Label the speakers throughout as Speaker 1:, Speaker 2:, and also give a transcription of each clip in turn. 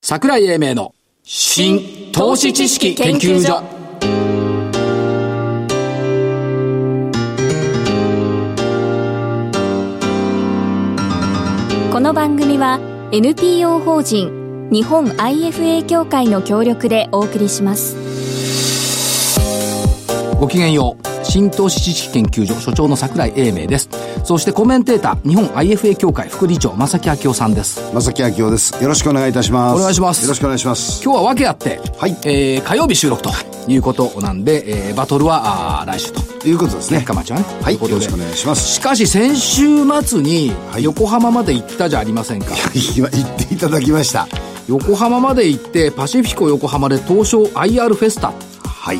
Speaker 1: 桜井英明の新投資知識研究所
Speaker 2: この番組は NPO 法人日本 IFA 協会の協力でお送りします
Speaker 1: ごきげんよう新投資知識研究所所長の桜井英明ですそしてコメンテーター日本 IFA 協会副理事長正木昭夫さんです
Speaker 3: 正木明夫ですよろしくお願いいたします
Speaker 1: お願いします
Speaker 3: よろしくお願いします
Speaker 1: 今日は訳あって、
Speaker 3: はい
Speaker 1: えー火曜日収録ということなんで、えーバトルはあー来週と
Speaker 3: ということですね
Speaker 1: ね深町はね
Speaker 3: はい
Speaker 1: とうことで
Speaker 3: よろしくお願いします
Speaker 1: しかし先週末に
Speaker 3: はい
Speaker 1: 横浜まで行ったじゃありませんか、
Speaker 3: 今言っていただきました
Speaker 1: 横浜まで行ってパシフィコ横浜で東証 IR フェスタ
Speaker 3: はい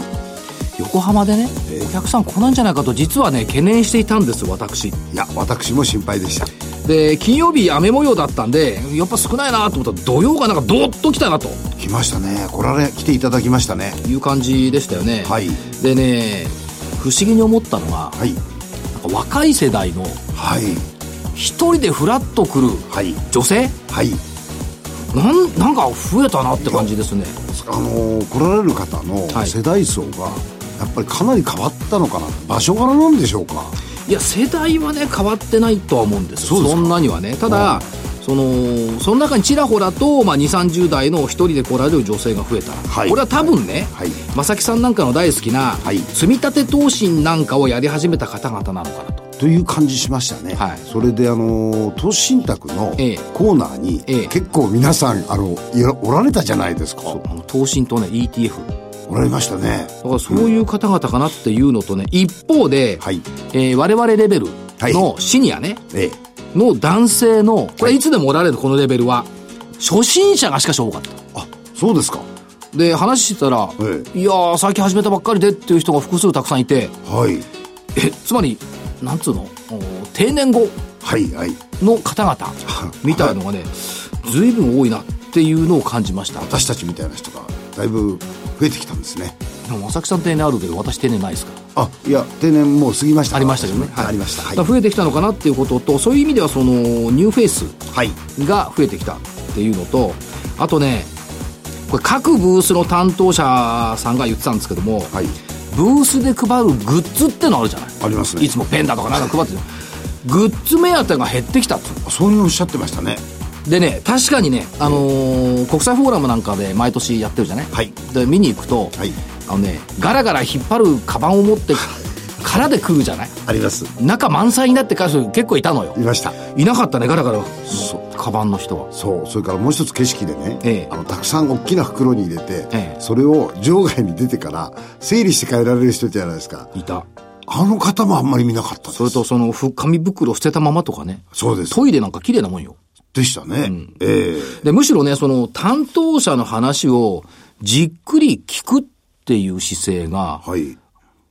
Speaker 1: 横浜でね、お客さん来ないんじゃないかと実はね懸念していたんです私
Speaker 3: いや私も心配でした
Speaker 1: で金曜日雨模様だったんでやっぱ少ないなと思ったら土曜がなんかドッと来たなと
Speaker 3: 来ましたね来られ来ていただきましたね
Speaker 1: いう感じでしたよね、
Speaker 3: はい
Speaker 1: でね不思議に思ったのが、
Speaker 3: はい
Speaker 1: なんか若い世代の
Speaker 3: はい
Speaker 1: 一人でフラッと来る
Speaker 3: はい
Speaker 1: 女性
Speaker 3: はい
Speaker 1: なんなんか増えたなって感じですね
Speaker 3: あのー来られる方の
Speaker 1: はい
Speaker 3: 世代層がやっぱりかなり変わったのかな場所柄なんでしょうか
Speaker 1: いや世代はね変わってないとは思うんですよ
Speaker 3: そうです
Speaker 1: そ
Speaker 3: か
Speaker 1: んなにはねただ、
Speaker 3: うん
Speaker 1: そのその中にちらほらと、まあ、2 3 0代の一人で来られる女性が増えたら、
Speaker 3: はい
Speaker 1: これは多分ね、
Speaker 3: はい
Speaker 1: 正木さんなんかの大好きな、
Speaker 3: い
Speaker 1: 積み立て投資なんかをやり始めた方々なのかなと
Speaker 3: という感じしましたね、
Speaker 1: はい
Speaker 3: それであのー投資信託の
Speaker 1: ええ
Speaker 3: コーナーに
Speaker 1: ええ
Speaker 3: 結構皆さんあのいやおられたじゃないですか
Speaker 1: あの投信とね ETF
Speaker 3: おられましたね
Speaker 1: だからそういう方々かなっていうのとね、一方で、
Speaker 3: はい
Speaker 1: えー我々レベル
Speaker 3: は
Speaker 1: のシニアね、
Speaker 3: ええ
Speaker 1: の男性の、これいつでもおられるこのレベルは、初心者がしかし多かった。
Speaker 3: あそうですか
Speaker 1: で、話してたら、
Speaker 3: え
Speaker 1: いやー、最近始めたばっかりでっていう人が複数たくさんいて、
Speaker 3: はい
Speaker 1: え、つまり、なんつうの、お定年後
Speaker 3: はいはい
Speaker 1: の方 々みたいのがね、随分多いなっていうのを感じました。
Speaker 3: 私たちみたいな人がだいぶ増えてきたんですね
Speaker 1: でも、まさきさん定年あるけど、私定年ないですから。
Speaker 3: あいや定年もう過ぎました
Speaker 1: ありましたけどね。
Speaker 3: はい、ありました
Speaker 1: だか
Speaker 3: は
Speaker 1: ら
Speaker 3: い、
Speaker 1: 増えてきたのかなっていうことと、そういう意味では、その、ニューフェイス
Speaker 3: はい、
Speaker 1: が増えてきたっていうのと、あとね、これ各ブースの担当者さんが言ってたんですけども、
Speaker 3: はい
Speaker 1: ブースで配るグッズってのあるじゃない。
Speaker 3: ありますね
Speaker 1: いつもペンだとかなんか配ってる。グッズ目当てが減ってきたっていう
Speaker 3: あそういうのおっしゃってましたね
Speaker 1: でね、確かにね、あのー国際フォーラムなんかで毎年やってるじゃない、
Speaker 3: はい
Speaker 1: で、見に行くと、
Speaker 3: はい
Speaker 1: あのね、ガラガラ引っ張るカバンを持って、からで来るじゃない
Speaker 3: あります
Speaker 1: 中満載になって返す人結構いたのよ
Speaker 3: い。ました
Speaker 1: いなかったね、ガラガラ。カバンの人は。
Speaker 3: そうそれからもう一つ景色でね、
Speaker 1: ええ
Speaker 3: あのたくさん大きな袋に入れて、
Speaker 1: ええ
Speaker 3: それを場外に出てから整理して帰られる人じゃないですか
Speaker 1: いた。
Speaker 3: あの方もあんまり見なかったです
Speaker 1: それと、その、ふ紙袋捨てたままとかね。
Speaker 3: そうです
Speaker 1: トイレなんか綺麗なもんよ。
Speaker 3: でしたね、ええ
Speaker 1: で、むしろね、その、担当者の話をじっくり聞くっていう姿勢が
Speaker 3: はい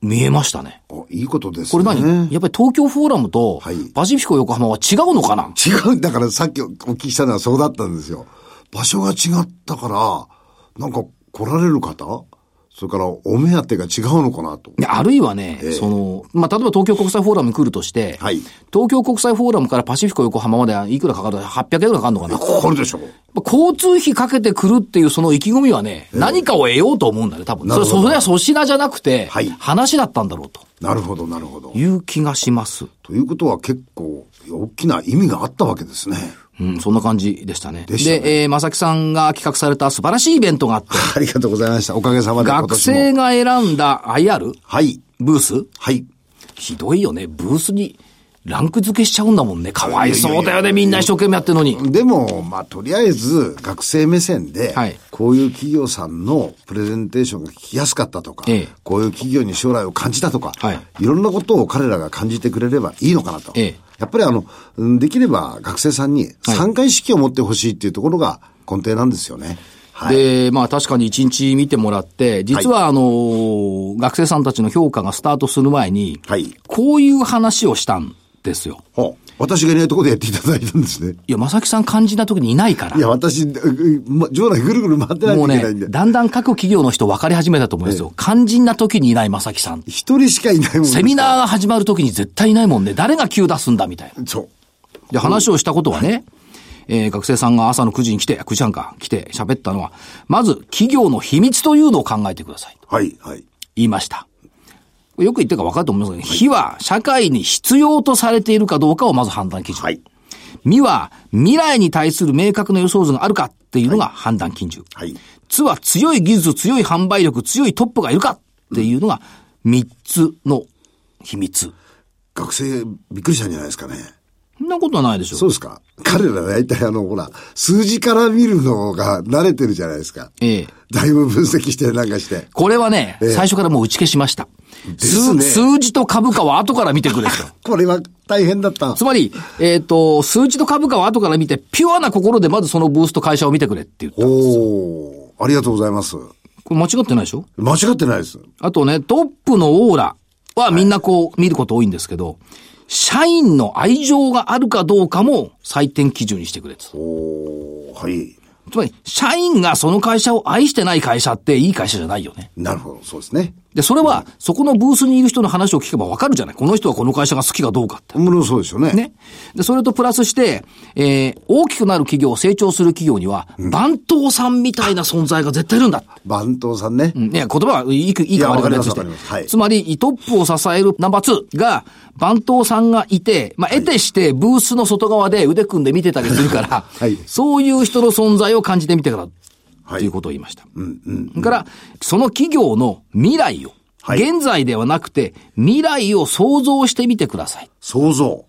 Speaker 1: 見えましたね。
Speaker 3: あいいことです
Speaker 1: こ
Speaker 3: ね
Speaker 1: れ何、やっぱり東京フォーラムと
Speaker 3: はい、
Speaker 1: パシフィコ横浜は違うのかな、
Speaker 3: 違う、だからさっきお聞きしたのはそうだったんですよ。場所が違ったから、なんか来られる方それからお目当てが違うのかなと。
Speaker 1: であるいはね、その、まあ、例えば東京国際フォーラムに来るとして、
Speaker 3: はい
Speaker 1: 東京国際フォーラムからパシフィコ横浜までいくらかかる ?800 円ぐらいかかるのかな
Speaker 3: かかるでしょう。
Speaker 1: 交通費かけてくるっていうその意気込みはね、何かを得ようと思うんだね、多分。
Speaker 3: な
Speaker 1: そ
Speaker 3: る
Speaker 1: れ
Speaker 3: ほど
Speaker 1: それは粗品じゃなくて、
Speaker 3: はい
Speaker 1: 話だったんだろうと
Speaker 3: なるほど、なるほど。
Speaker 1: いう気がします。
Speaker 3: ということは結構大きな意味があったわけですね。
Speaker 1: うん、そんな感じでしたね。
Speaker 3: でしたね
Speaker 1: えー、まさきさんが企画された素晴らしいイベントがあって、
Speaker 3: ありがとうございました。おかげさまで今
Speaker 1: 学
Speaker 3: 年も。
Speaker 1: 生が選んだ IR
Speaker 3: はい。
Speaker 1: ブース
Speaker 3: はい。
Speaker 1: ひどいよね。ブースにランク付けしちゃうんだもんね。かわいそうだよね。みんな一生懸命やってるのに。
Speaker 3: でも、まあ、とりあえず、学生目線で、
Speaker 1: はい
Speaker 3: こういう企業さんのプレゼンテーションが聞きやすかったとか、
Speaker 1: ええ
Speaker 3: こういう企業に将来を感じたとか、
Speaker 1: はい
Speaker 3: い、ろんなことを彼らが感じてくれればいいのかなと。
Speaker 1: ええ
Speaker 3: やっぱりあの、うんできれば学生さんに参加意識を持ってほしいっていうところが根底なんですよね。はい。
Speaker 1: で、まあ確かに一日見てもらって、実はあのー学生さんたちの評価がスタートする前に、
Speaker 3: はい
Speaker 1: こういう話をしたんですよ。
Speaker 3: ほう私がいないところでやっていただいたんですね。
Speaker 1: いや、まさきさん肝心な時にいないから。
Speaker 3: いや、私、ううま場内ぐるぐる回ってない
Speaker 1: も
Speaker 3: と
Speaker 1: う
Speaker 3: いけな
Speaker 1: ね
Speaker 3: いんで、。
Speaker 1: だんだん各企業の人分かり始めたと思いますよ。肝心な時にいないまさきさん。
Speaker 3: 一人しかいないもんです
Speaker 1: セミナーが始まる時に絶対いないもんね。誰が急出すんだみたいな。
Speaker 3: そう。
Speaker 1: で、話をしたことはね、えー学生さんが朝の9時に来て、9時半か、来て喋ったのは、まず企業の秘密というのを考えてください。
Speaker 3: はい、はい。
Speaker 1: 言いました。よく言ってるか分かると思いますけど、非は社会に必要とされているかどうかをまず判断基準。
Speaker 3: はい。
Speaker 1: 未は未来に対する明確な予想図があるかっていうのが判断基準。
Speaker 3: はい。
Speaker 1: つは強い技術、強い販売力、強いトップがいるかっていうのが3つの秘密。
Speaker 3: 学生、びっくりしたんじゃないですかね。
Speaker 1: そんなことはないでしょ
Speaker 3: そうですか。彼ら大体あの、ほら、数字から見るのが慣れてるじゃないですか。
Speaker 1: ええ
Speaker 3: だいぶ分析してなんかして。
Speaker 1: これはね、
Speaker 3: ええ
Speaker 1: 最初からもう打ち消しました。
Speaker 3: すね
Speaker 1: 数数字と株価は後から見てくれと。
Speaker 3: これは大変だった。
Speaker 1: つまり、えっ、と、数字と株価は後から見て、ピュアな心でまずそのブースと会社を見てくれって言った。
Speaker 3: おー、ありがとうございます。
Speaker 1: これ間違ってないでしょ
Speaker 3: 間違ってないです。
Speaker 1: あとね、トップのオーラはみんなこう見ること多いんですけど、社員の愛情があるかどうかも採点基準にしてくれと。
Speaker 3: おー、はい。
Speaker 1: つまり、社員がその会社を愛してない会社っていい会社じゃないよね。
Speaker 3: なるほど、そうですね。
Speaker 1: で、それは、そこのブースにいる人の話を聞けばわかるじゃない。この人はこの会社が好きかどうかって。
Speaker 3: 無論そうですよね。
Speaker 1: ね。で、それとプラスして、えー大きくなる企業、成長する企業には、番頭さんみたいな存在が絶対いるんだ。
Speaker 3: 番頭さんね。
Speaker 1: うん、ね、言葉はいいく、いい
Speaker 3: いや
Speaker 1: か悪いか
Speaker 3: わかりま
Speaker 1: 別とし
Speaker 3: す
Speaker 1: て
Speaker 3: わかりますはい
Speaker 1: つまり、トップを支えるナンバー2が、番頭さんがいて、まあ、得てして、ブースの外側で腕組んで見てたりする から、
Speaker 3: い
Speaker 1: そういう人の存在を感じてみてから、
Speaker 3: はい
Speaker 1: ということを言いました。だから、その企業の未来を、
Speaker 3: はい
Speaker 1: 現在ではなくて、未来を想像してみてください。
Speaker 3: 想像。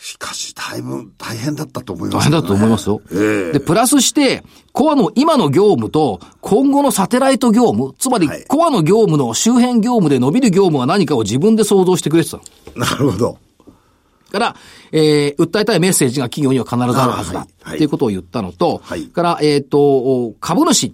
Speaker 3: しかし、大分大変だったと思いま
Speaker 1: 大
Speaker 3: す、
Speaker 1: 変だと思いますよ。で、プラスして、コアの今の業務と今後のサテライト業務、つまり
Speaker 3: はい
Speaker 1: コアの業務の周辺業務で伸びる業務は何かを自分で想像してくれてたの。
Speaker 3: なるほど。
Speaker 1: から、えー、訴えたいメッセージが企業には必ずあるはず
Speaker 3: あは
Speaker 1: だ。
Speaker 3: いはい
Speaker 1: っていうことを言ったのと、
Speaker 3: はい
Speaker 1: から、えっ、と、株主、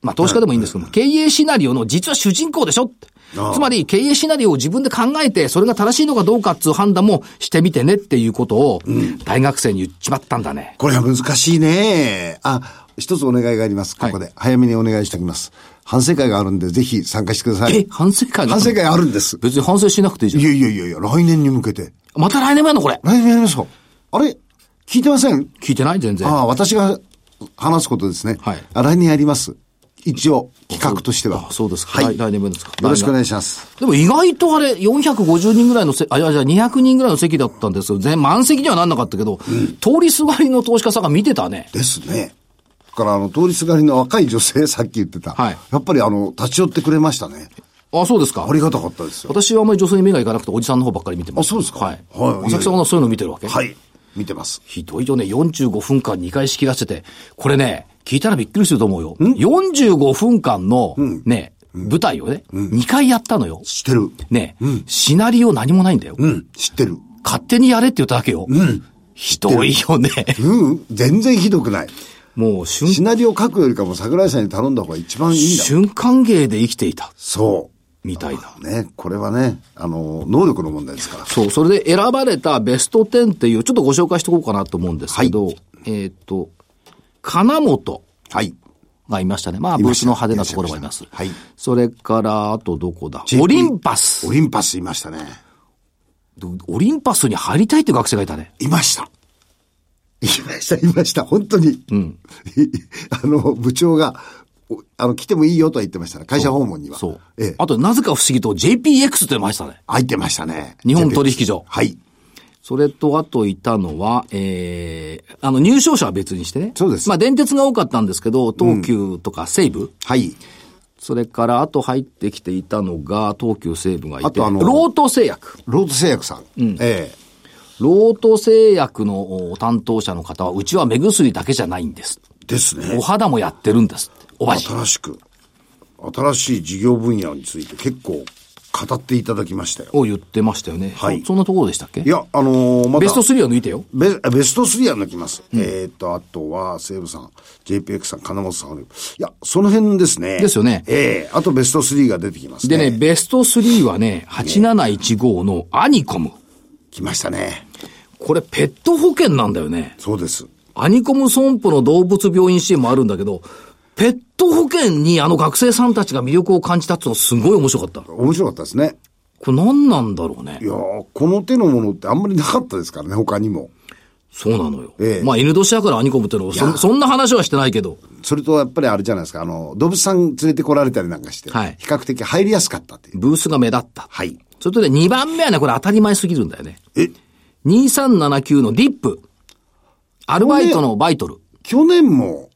Speaker 1: まあ、投資家でもいいんですけども、経営シナリオの実は主人公でしょって
Speaker 3: ああ
Speaker 1: つまり、経営シナリオを自分で考えて、それが正しいのかどうかっていう判断もしてみてねっていうことを、大学生に言っちまったんだね。
Speaker 3: これは難しいね。あ、一つお願いがあります。ここで。早めにお願いしておきます。反省会があるんで、ぜひ参加してくださ
Speaker 1: え
Speaker 3: い。
Speaker 1: 反省会が
Speaker 3: 反省会あるんです。
Speaker 1: 別に反省しなくていいじゃ
Speaker 3: い
Speaker 1: ん。
Speaker 3: やいやいやいや、来年に向けて。
Speaker 1: また来年もやんのこれ。
Speaker 3: 来年やりましょう。あれ聞いてません
Speaker 1: 聞いてない全然。
Speaker 3: ああ、私が話すことですね。
Speaker 1: はい
Speaker 3: あ来年やります。一応、企画としては。
Speaker 1: あそうですか。
Speaker 3: は。
Speaker 1: はいい。
Speaker 3: よ
Speaker 1: 来年分ですか。
Speaker 3: ろしくお願
Speaker 1: い
Speaker 3: いします。
Speaker 1: でも意外とあれ、450人ぐらいのせ、あ、いや、じゃあ200人ぐらいの席だったんですよ。全、満席にはなんなかったけど、通りすがりの投資家さんが見てたね。
Speaker 3: ですね。だから、あの、通りすがりの若い女性、 さっき言ってた。
Speaker 1: はい
Speaker 3: やっぱり、あの、立ち寄ってくれましたね。
Speaker 1: あ、そうですか
Speaker 3: あ。りがたかったですよ。
Speaker 1: 私はあんまり女性に目がいかなくて、おじさんの方ばっかり見てます。
Speaker 3: あそうですか
Speaker 1: はい。
Speaker 3: はい
Speaker 1: 浅木さんはそういうの見てるわけ
Speaker 3: はい。見てます。
Speaker 1: ひどいよね。45分間2回仕切らせて。これね、聞いたらびっくりすると思うよ。45分間の、ね、舞台をね、2回やったのよ。
Speaker 3: 知ってる。
Speaker 1: ね、シナリオ何もないんだよ。
Speaker 3: うん、知ってる。
Speaker 1: 勝手にやれって言っただけよ。ひどいよね。
Speaker 3: うん、全然ひどくない。
Speaker 1: もう瞬、
Speaker 3: シナリオ書くよりかも桜井さんに頼んだ方が一番いいんだ。
Speaker 1: 瞬間芸で生きていた。
Speaker 3: そ
Speaker 1: みたいな。
Speaker 3: う。ね、これはね、あの、能力の問題ですから。
Speaker 1: そう、それで選ばれたベスト10っていう、ちょっとご紹介しておこうかなと思うんですけど、えっ、と、金本
Speaker 3: はい。
Speaker 1: がいましたね。まあ、
Speaker 3: い
Speaker 1: ブ
Speaker 3: ま
Speaker 1: ー
Speaker 3: し
Speaker 1: ス
Speaker 3: た
Speaker 1: の派手なところもいます。
Speaker 3: いらっしゃいましたはい
Speaker 1: それから、あとどこだ
Speaker 3: JP
Speaker 1: オリンパス
Speaker 3: オリンパスいましたね。
Speaker 1: オリンパスに入りたいっていう学生がいたね。
Speaker 3: いました。いました、いました。本当に。 あの、部長が、おあの、来てもいいよとは言ってましたね。会社訪問には。
Speaker 1: そう。
Speaker 3: ええ。
Speaker 1: あと、なぜか不思議と JPX ってのも入ってたね。
Speaker 3: 入ってましたね。
Speaker 1: 日本取引所
Speaker 3: はい。
Speaker 1: それと、あといたのは、ええあの、入賞者は別にしてね。
Speaker 3: そうです
Speaker 1: まあ、電鉄が多かったんですけど、東急とか西武、
Speaker 3: はい。
Speaker 1: それから、あと入ってきていたのが、東急西武がいて、
Speaker 3: あとあの
Speaker 1: ロート製薬。
Speaker 3: ロード製薬さん。ええ。
Speaker 1: ロート製薬のお担当者の方は、うちは目薬だけじゃないんです。
Speaker 3: ですね
Speaker 1: お。肌もやってるんですって。おばじ。
Speaker 3: 新しく、新しい事業分野について結構語っていただきましたよ。
Speaker 1: を言ってましたよね。
Speaker 3: はい
Speaker 1: そそんなところでしたっけ
Speaker 3: いや、あのーまだ。
Speaker 1: ベスト3は抜いてよ。
Speaker 3: ベベスト3は抜きます。えーっと、あとは、西武さん、JPX さん、金本さん。いや、その辺ですね。
Speaker 1: ですよね
Speaker 3: ええあとベスト3が出てきます
Speaker 1: で
Speaker 3: ね。
Speaker 1: ね、ベスト3はね、8715のアニコム。
Speaker 3: 来ましたね。
Speaker 1: これ、ペット保険なんだよね。
Speaker 3: そうです。
Speaker 1: アニコム損保の動物病院支援もあるんだけど、ペット保険にあの学生さんたちが魅力を感じたっていうのすごい面白かった。こ
Speaker 3: 面白かったですね。
Speaker 1: れ何なんだろうね
Speaker 3: い。やーこの手のものってあんまりなかったですからね、他にも。
Speaker 1: そうなのよ。
Speaker 3: ええ
Speaker 1: まあ、犬年だから兄コムってのはそ、そんな話はしてないけど。
Speaker 3: それとやっぱりあれじゃないですか、あの、動物さん連れてこられたりなんかして、
Speaker 1: はい
Speaker 3: 比較的入りやすかったっていう。
Speaker 1: ブースが目立った。
Speaker 3: はい。
Speaker 1: それとね、2番目はね、これ当たり前すぎるんだよね。
Speaker 3: え、
Speaker 1: 2379のディップ。アルバイトのバイトル。
Speaker 3: 去年も、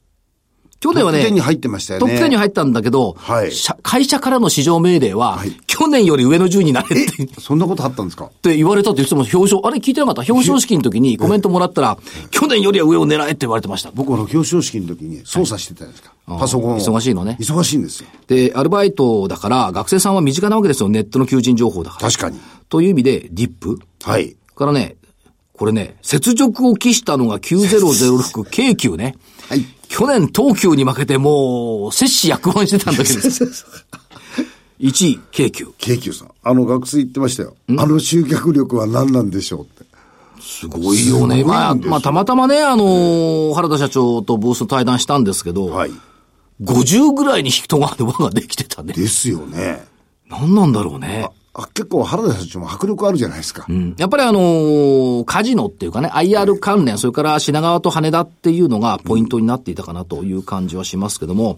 Speaker 1: 去年はね、
Speaker 3: トップ10に入ってましたよね
Speaker 1: トップ10に入ったんだけど、
Speaker 3: はい
Speaker 1: 社会社からの市場命令は、
Speaker 3: はい
Speaker 1: 去年より上の順位になれってっ
Speaker 3: そんなことあったんですか
Speaker 1: て言われたっていう人も表彰、あれ聞いてなかった表彰式の時にコメントもらったら、去年よりは上を狙えって言われてました。
Speaker 3: 僕はあの表彰式の時に操作してたじゃないですか。パソコンを。
Speaker 1: 忙しいのね
Speaker 3: 忙しいんですよ。
Speaker 1: で、アルバイトだから、学生さんは身近なわけですよ。ネットの求人情報だから。
Speaker 3: 確かに。
Speaker 1: という意味で、ディップ
Speaker 3: はい。
Speaker 1: からね、これね、雪辱を期したのが9006京 急ね。
Speaker 3: はい
Speaker 1: 去年東急に負けてもう、摂氏役満してたんだけど。1位、 京急。
Speaker 3: 京急さん。あの学生言ってましたよ。あの集客力は何なんでしょうって。
Speaker 1: すごいよね。
Speaker 3: すごいんですよ
Speaker 1: まあ、まあ、たまたまね、あのー原田社長とブースと対談したんですけど、
Speaker 3: はい。
Speaker 1: 50ぐらいに人が輪ができてたね。
Speaker 3: ですよね。
Speaker 1: 何なんだろうね。
Speaker 3: あ結構原田社長も迫力あるじゃないですか。
Speaker 1: うんやっぱりあのーカジノっていうかね、IR 関連、それから品川と羽田っていうのがポイントになっていたかなという感じはしますけども、